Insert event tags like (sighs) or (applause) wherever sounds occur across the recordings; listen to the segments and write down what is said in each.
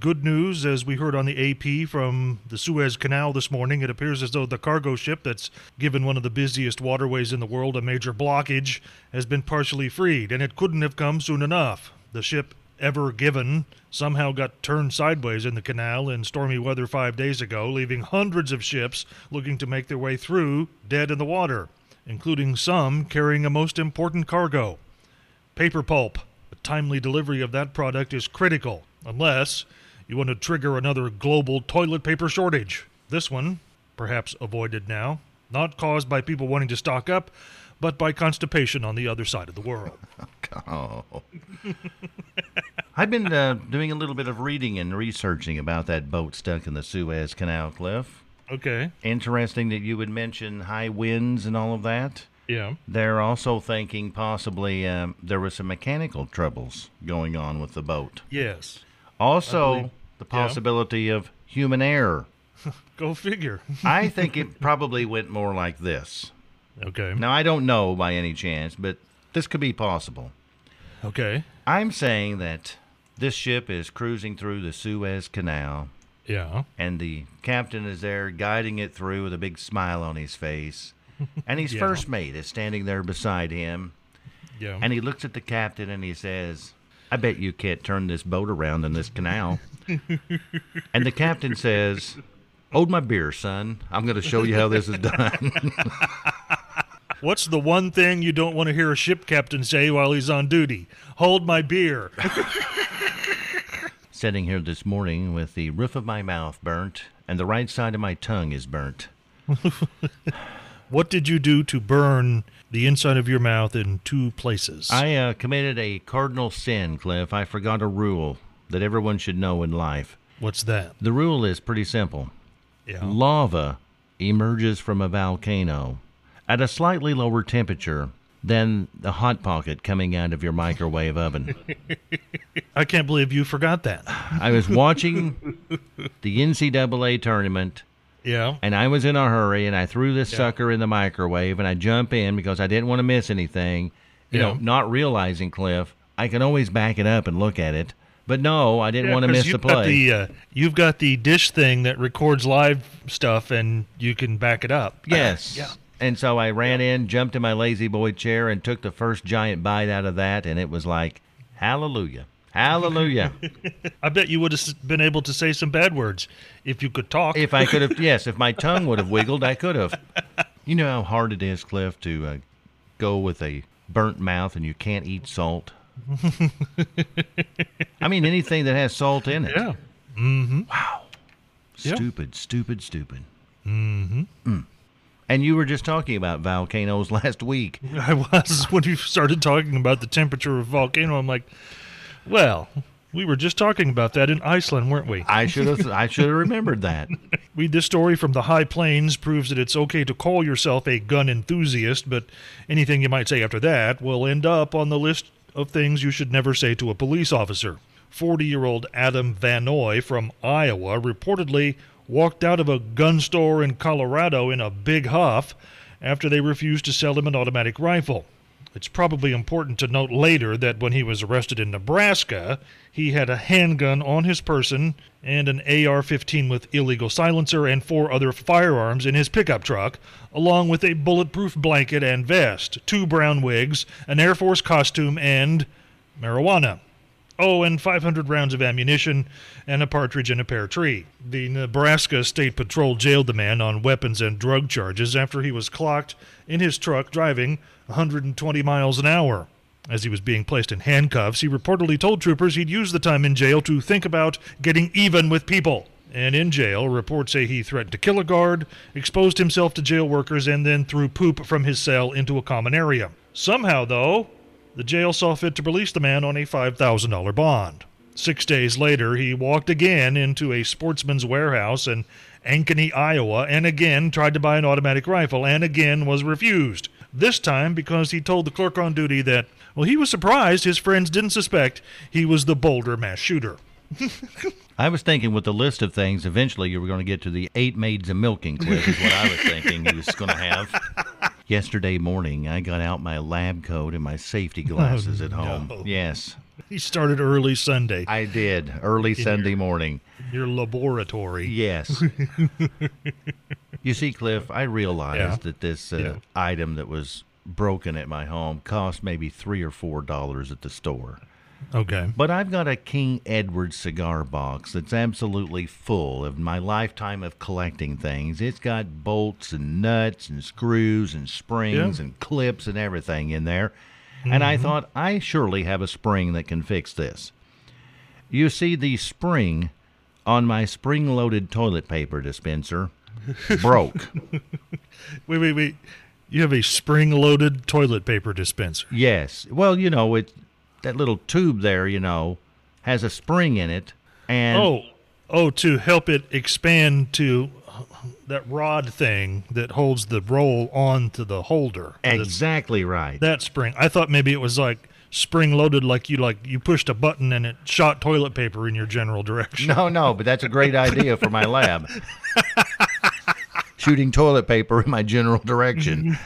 Good news, as we heard on the AP from the Suez Canal this morning, it appears as though the cargo ship that's given one of the busiest waterways in the world a major blockage has been partially freed, and it couldn't have come soon enough. The ship Ever Given somehow got turned sideways in the canal in stormy weather five days ago, leaving hundreds of ships looking to make their way through dead in the water, including some carrying a most important cargo paper pulp. The timely delivery of that product is critical, unless you want to trigger another global toilet paper shortage. This one, perhaps avoided now, not caused by people wanting to stock up, but by constipation on the other side of the world. Oh. I've been uh, doing a little bit of reading and researching about that boat stuck in the Suez Canal, Cliff. Okay. Interesting that you would mention high winds and all of that. Yeah. They're also thinking possibly um, there was some mechanical troubles going on with the boat. Yes. Also, believe- the possibility of human error. Go figure. (laughs) I think it probably went more like this. Okay. Now, I don't know by any chance, but this could be possible. Okay. I'm saying that this ship is cruising through the Suez Canal, Yeah. and the captain is there guiding it through with a big smile on his face. And his Yeah. first mate is standing there beside him, Yeah. and he looks at the captain and he says, I bet you can't turn this boat around in this canal. and the captain says, Hold my beer, son. I'm going to show you how this is done. (laughs) What's the one thing you don't want to hear a ship captain say while he's on duty? Hold my beer. Sitting here this morning with the roof of my mouth burnt and the right side of my tongue is burnt. what did you do to burn the inside of your mouth in two places? I uh, committed a cardinal sin, Cliff. I forgot a rule that everyone should know in life. What's that? The rule is pretty simple Yeah. lava emerges from a volcano at a slightly lower temperature than the hot pocket coming out of your microwave oven. I can't believe you forgot that. I was watching the NCAA tournament Yeah. and I was in a hurry and I threw this sucker in the microwave and I jump in because I didn't want to miss anything. You know, Yeah. not realizing Cliff, I can always back it up and look at it. But no, I didn't Yeah, want to 'cause miss the you've got play. the, uh, you've got the dish thing that records live stuff, and you can back it up. yes. Yeah. And so I ran in, jumped in my lazy boy chair and took the first giant bite out of that and it was like hallelujah. (laughs) Hallelujah. I bet you would have s- been able to say some bad words if you could talk. if I could have yes, if my tongue would have wiggled, I could have. You know how hard it is, Cliff, to uh, go with a burnt mouth and you can't eat (laughs) salt. I mean, anything that has salt in it. yeah. (laughs) yeah. Stupid, stupid, stupid. Mm-hmm. And you were just talking about volcanoes (laughs) last week. I was (laughs) when you started talking about the temperature of volcano. I'm like, well, we were just talking about that in Iceland, weren't we? I should have. I should have remembered that. We this story from the high plains proves that it's okay to call yourself a gun enthusiast, but anything you might say after that will end up on the list of things you should never say to a police officer. 40-year-old Adam Vanoy from Iowa reportedly walked out of a gun store in Colorado in a big huff after they refused to sell him an automatic rifle. It's probably important to note later that when he was arrested in Nebraska, he had a handgun on his person and an AR 15 with illegal silencer and four other firearms in his pickup truck, along with a bulletproof blanket and vest, two brown wigs, an Air Force costume, and marijuana. Oh, and 500 rounds of ammunition and a partridge in a pear tree. The Nebraska State Patrol jailed the man on weapons and drug charges after he was clocked in his truck driving 120 miles an hour. As he was being placed in handcuffs, he reportedly told troopers he'd used the time in jail to think about getting even with people. And in jail, reports say he threatened to kill a guard, exposed himself to jail workers, and then threw poop from his cell into a common area. Somehow, though, the jail saw fit to release the man on a $5,000 bond. Six days later, he walked again into a sportsman's warehouse in Ankeny, Iowa, and again tried to buy an automatic rifle, and again was refused. this time because he told the clerk on duty that, well, he was surprised his friends didn't suspect he was the Boulder mass shooter. I was thinking with the list of things, eventually you were going to get to the eight maids and milking quiz, is what I was thinking he was going to (laughs) have. Yesterday morning, I got out my lab coat and my safety glasses at home. Oh, no. Yes, He started early Sunday. I did. Early Sunday morning. Your laboratory. (laughs) Yes. you see, Cliff, I realized Yeah. that this uh, Yeah. item that was broken at my home cost maybe three or four dollars at the store. Okay. But I've got a King Edward cigar box that's absolutely full of my lifetime of collecting things. It's got bolts and nuts and screws and springs Yeah. Mm-hmm. and clips and everything in there. And I thought, I surely have a spring that can fix this. You see, the spring on my spring loaded toilet paper (laughs) dispenser broke. Wait, wait, wait. You have a spring loaded toilet paper dispenser. Yes. Well, you know, it that little tube there, you know, has a spring in it. And Oh, oh, to help it expand to that rod thing that holds the roll onto the holder. That's- Exactly right. That spring. I thought maybe it was like spring loaded, like you like you pushed a button and it shot toilet paper in your general direction. No, no, but that's a great idea for my lab. Shooting toilet paper in my general direction.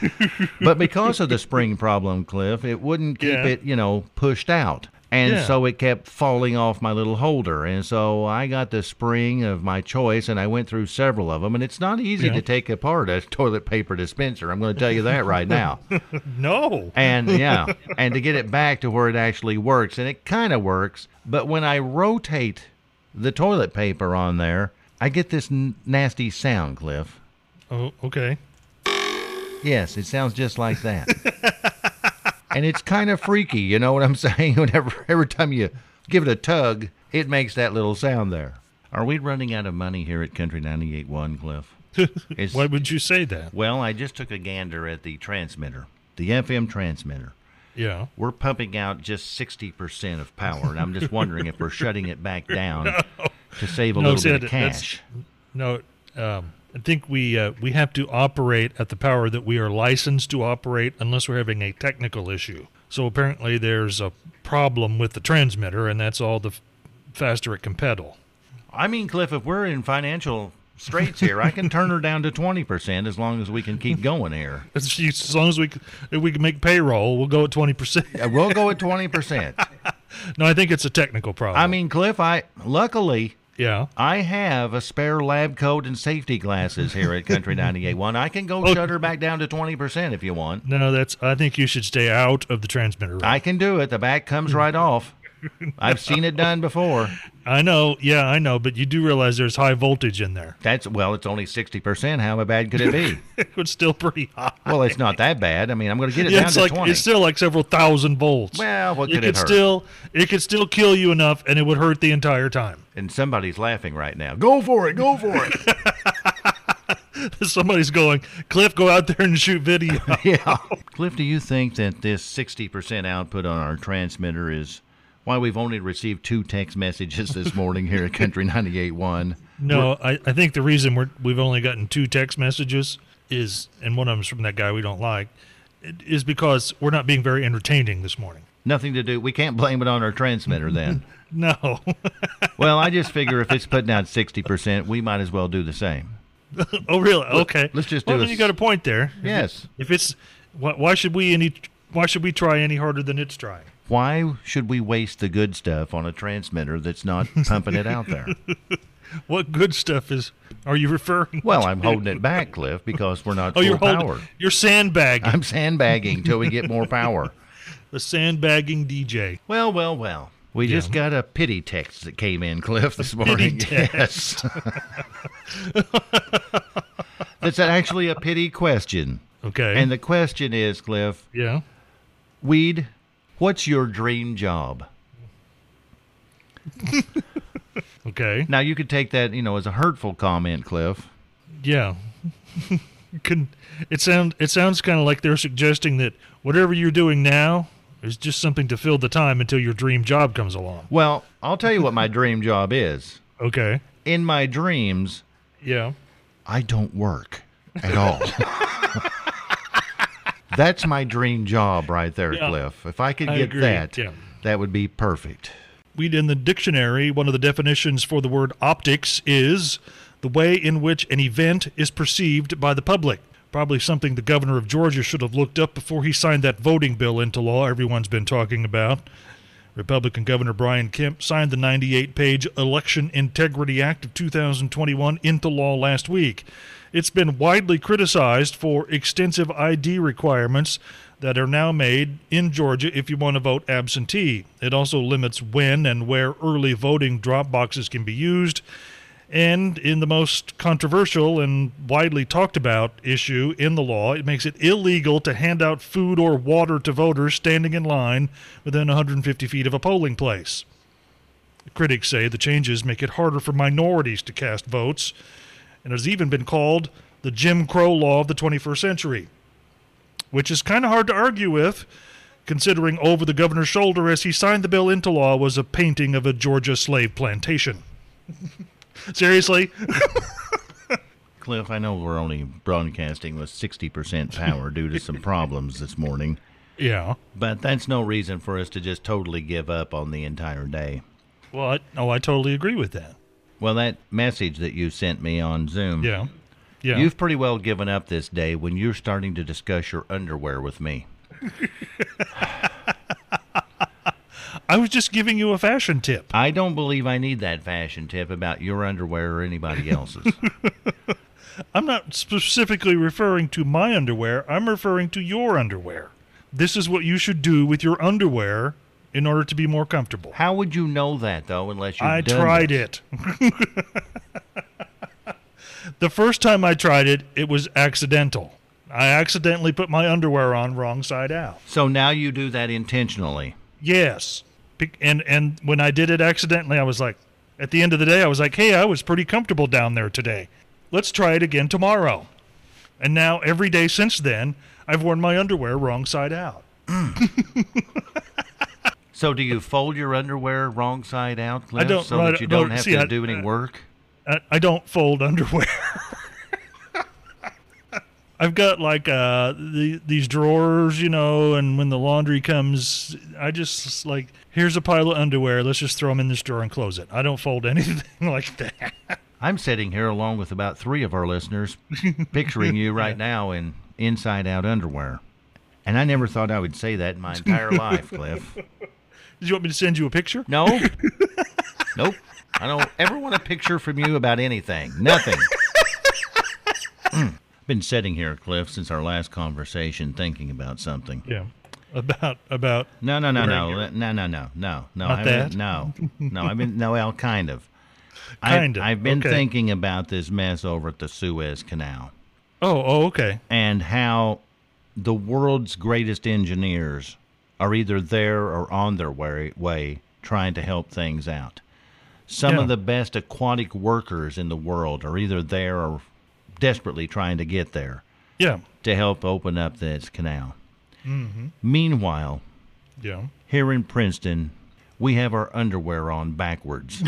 but because of the spring problem, Cliff, it wouldn't keep Yeah. it, you know, pushed out. And Yeah. so it kept falling off my little holder. And so I got the spring of my choice and I went through several of them. And it's not easy Yeah. to take apart a toilet paper dispenser. I'm going to tell you that right (laughs) now. No. And yeah, and to get it back to where it actually works, and it kind of works, but when I rotate the toilet paper on there, I get this n- nasty sound, Cliff. Oh, okay. Yes, it sounds just like that. and it's kind of freaky, you know what I'm (laughs) saying? Whenever every time you give it a tug, it makes that little sound there. Are we running out of money here at Country 98.1, Cliff? It's, Why would you say that? well, I just took a gander at the transmitter, the FM transmitter. Yeah. we're pumping out just 60% of power and i'm just wondering if we're shutting it back (laughs) down to save a No, little see, bit of that- that's- cash No. Um, I think we uh, we have to operate at the power that we are licensed to operate, unless we're having a technical issue. So apparently, there's a problem with the transmitter, and that's all the f- faster it can pedal. (laughs) i mean cliff if we're in financial straits here i can turn her down to 20% as long as we can keep going here As as long as we c- if we can make payroll, we'll go at twenty percent. Uh, we'll go at 20% No, I think it's a technical problem. (laughs) i mean cliff i luckily yeah. I have a spare lab coat and safety glasses here at Country 98.1. I can go shut her back down to 20% if you want. No, that's. I think you should stay out of the transmitter. Room. I can do it. The back comes right off. I've seen it done before. I know. Yeah, I know. But you do realize there's high voltage in there. (laughs) That's well, it's only sixty percent. How bad could it be? it's still pretty high. well, it's not that bad. I mean, I'm going to get it Yeah, down it's to like twenty. it's still like several thousand volts. Well, what could it could it hurt? still it could still kill you enough, and it would hurt the entire time. (laughs) and somebody's laughing right now. Go for it. Go for it. Somebody's going, Cliff, go out there and shoot (laughs) video. (laughs) yeah. Cliff, do you think that this sixty percent output on our transmitter is why we've only received two text messages this morning here at (laughs) Country 98.1? no, I, I think the reason we're, we've only gotten two text messages is, and one of them's from that guy we don't like, it- is because we're not being very entertaining this morning. (laughs) Nothing to do. We can't blame it on our transmitter then. No, (laughs) well, I just figure if it's putting out sixty percent, we might as well do the same. oh really? Okay, let's just Well, do a then you s- got a point there. Yes. If it's why, why should we any why should we try any harder than it's trying? Why should we waste the good stuff on a transmitter that's not pumping it out (laughs) there? What good stuff is are you referring? Well, I'm holding it back, Cliff, because we're not (laughs) Oh, full you're power. holding. You're sandbagging. I'm sandbagging till we get more power. the sandbagging DJ. Well, well, well. We just got a pity text that came in, Cliff, this morning. Yes. That's actually a pity question. Okay. And the question is, Cliff, yeah. Weed, what's your dream job? Okay. Now, you could take that, you know, as a hurtful comment, Cliff. Yeah. (laughs) Can it sound it sounds kind of like they're suggesting that whatever you're doing now is just something to fill the time until your dream job comes along. Well, I'll tell you what my dream job is. Okay. in my dreams, Yeah. I don't work at all. (laughs) That's my dream job right there, Yeah. Cliff. If I could I get agree, that, yeah. that would be perfect. We'd in the dictionary, one of the definitions for the word optics is the way in which an event is perceived by the public. Probably something the governor of Georgia should have looked up before he signed that voting bill into law everyone's been talking about. Republican Governor Brian Kemp signed the 98 page Election Integrity Act of 2021 into law last week. It's been widely criticized for extensive ID requirements that are now made in Georgia if you want to vote absentee. It also limits when and where early voting drop boxes can be used. And in the most controversial and widely talked about issue in the law, it makes it illegal to hand out food or water to voters standing in line within 150 feet of a polling place. Critics say the changes make it harder for minorities to cast votes, and has even been called the Jim Crow law of the 21st century, which is kind of hard to argue with, considering over the governor's shoulder as he signed the bill into law was a painting of a Georgia slave plantation. Seriously? Cliff, I know we're only broadcasting with 60% power due to some problems this morning, Yeah. but that's no reason for us to just totally give up on the entire day. Well, I, oh, I totally agree with that. Well, that message that you sent me on Zoom, Yeah. Yeah. you've pretty well given up this day when you're starting to discuss your underwear with me. I was just giving you a fashion tip. I don't believe I need that fashion tip about your underwear or anybody else's. (laughs) I'm not specifically referring to my underwear. I'm referring to your underwear. This is what you should do with your underwear in order to be more comfortable. How would you know that though, unless you? I tried it. (laughs) the first time I tried it, it was accidental. I accidentally put my underwear on wrong side out. So now you do that intentionally. Yes. Be- And and when I did it accidentally, I was like, at the end of the day, I was like, hey, I was pretty comfortable down there today. Let's try it again tomorrow. And now every day since then, I've worn my underwear wrong side out. So do you fold your underwear wrong side out, Cliff, don't- so no, I that you don't- don't have see, to I- do any uh, work? I, I don't fold (laughs) underwear. I've got like uh, the, these drawers, you know, and when the laundry comes, I just like, here's a pile of underwear. Let's just throw them in this drawer and close it. I don't fold (laughs) anything like that. I'm sitting here along with about three of our (laughs) listeners, picturing you right now in inside out underwear. And I never thought I would say that in (laughs) my entire life, Cliff. Did you want me to send you a picture? No. Nope. I don't ever want a picture from you about anything. Nothing. Mm. Been sitting here, Cliff, since our last conversation thinking about something. Yeah. About about No, no, no, Wearing no, no, no, no, no, no. Not I've been- that? No, no. I've been no. Well, kind (laughs) of. Kind of, I've, I've been okay. thinking about this mess over at the Suez Canal oh oh okay and how the world's greatest engineers are either there or on their way, way trying to help things out. Some Yeah. of the best aquatic workers in the world are either there or desperately trying to get there yeah to help open up this canal. Meanwhile, yeah here in Princeton, we have our underwear on backwards.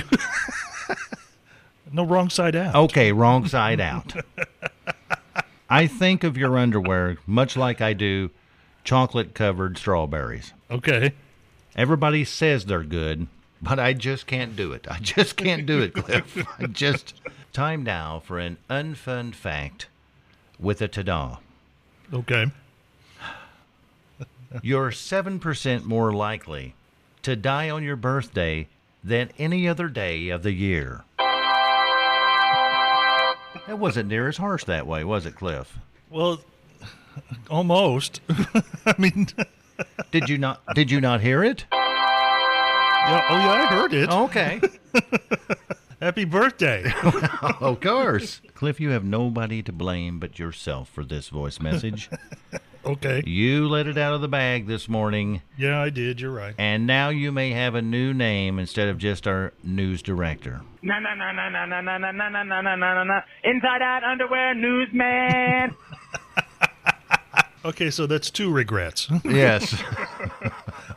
no wrong side out Okay, wrong side out. I think of your underwear much like I do chocolate covered strawberries. okay Everybody says they're good, but I just can't do it. I just can't do it, Cliff. I just. Time now for an unfun fact with a ta da. okay You're 7% more likely to die on your birthday than any other day of the year. That wasn't near as harsh that way, was it, Cliff? well (sighs) almost (laughs) I mean (laughs) yeah, Did you not did you not hear it? oh yeah I heard it Okay. happy birthday (laughs) (laughs) of course. Cliff, you have nobody to blame but yourself for this voice message. okay You let it out of the bag this morning, yeah I did you're right and now you may have a new name instead of just our news director. Na na na na na na na na na na na na na na na inside out underwear newsman. okay so that's two regrets (laughs) (laughs) Yes.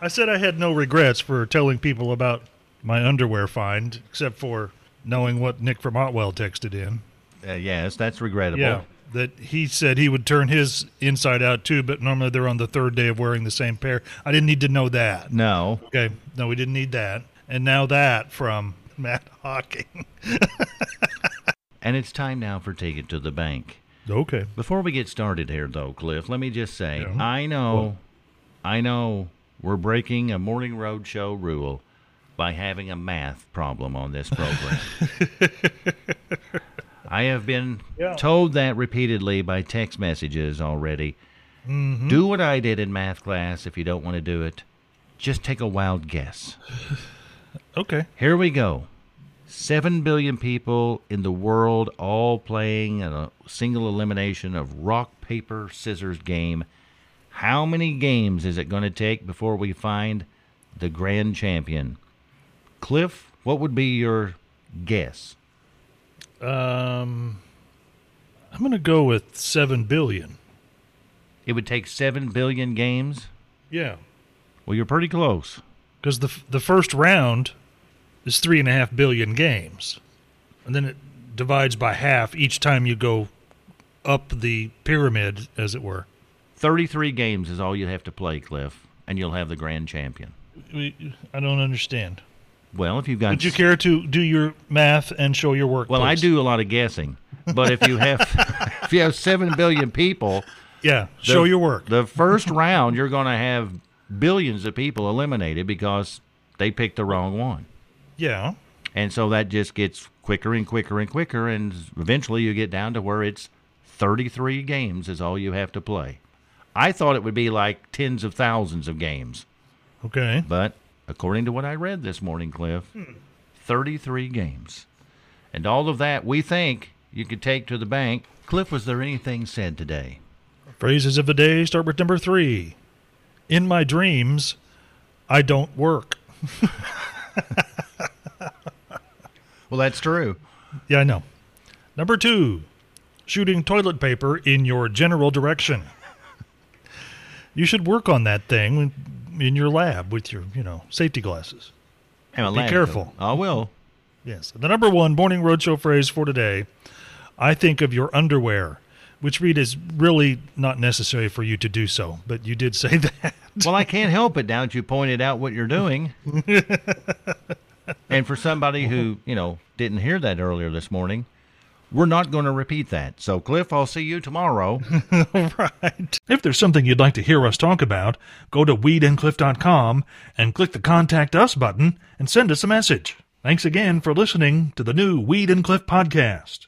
I said I had no regrets for telling people about my underwear find except for knowing what Nick from Otwell texted in Uh, yes, that's regrettable. yeah that he said he would turn his inside out too, but normally they're on the third day of wearing the same pair. I didn't need to know that. No. Okay, no, we didn't need that. And now that from (laughs) Matt Hawking. And it's time now for Take It to the Bank. okay. Before we get started here, though, Cliff, let me just say Yeah. I know, I know we're breaking a morning road show rule by having a math problem on this (laughs) program. I have been Yeah. told that repeatedly by text messages already. Mm-hmm. Do what I did in math class if you don't want to do it. Just take a wild guess. Okay. Here we go. Seven billion people in the world all playing in a single elimination of rock, paper, scissors game. How many games is it going to take before we find the grand champion? Cliff, what would be your guess? Um, I'm going to go with 7 billion. It would take seven billion games? Yeah. Well, you're pretty close. Because the, f- the first round is 3.5 billion games. And then it divides by half each time you go up the pyramid, as it were. 33 games is all you have to play, Cliff, and you'll have the grand champion. We- I don't understand. Well, if you've got Would you care to do your math and show your work? Well, I please? do a lot of guessing, but if you have (laughs) if you have seven billion people, Yeah, the- show your work. The first round, you're going to have billions of people eliminated because they picked the wrong one, yeah. and so that just gets quicker and quicker and quicker, and eventually you get down to where it's 33 games is all you have to play. I thought it would be like tens of thousands of games, Okay. but according to what I read this morning, Cliff, 33 games. And all of that we think you could take to the bank. Cliff, was there anything said today? Phrases of the day start with number three. In my dreams, I don't work. Well, that's true. Yeah, I know. Number two, shooting toilet paper in your general direction. you should work on that thing in your lab with your, you know, safety glasses. Be careful. I will. Yes. The number one morning roadshow phrase for today I think of your underwear, which, Reed, is really not necessary for you to do so, but you did say (laughs) that. Well, I can't help it now that you pointed out what you're (laughs) doing. and for somebody who, you know, didn't hear that earlier this morning, we're not going to repeat that. So, Cliff, I'll see you tomorrow. right. If there's something you'd like to hear us talk about, go to weedandcliff.com and click the Contact Us button and send us a message. Thanks again for listening to the new Weed and Cliff podcast.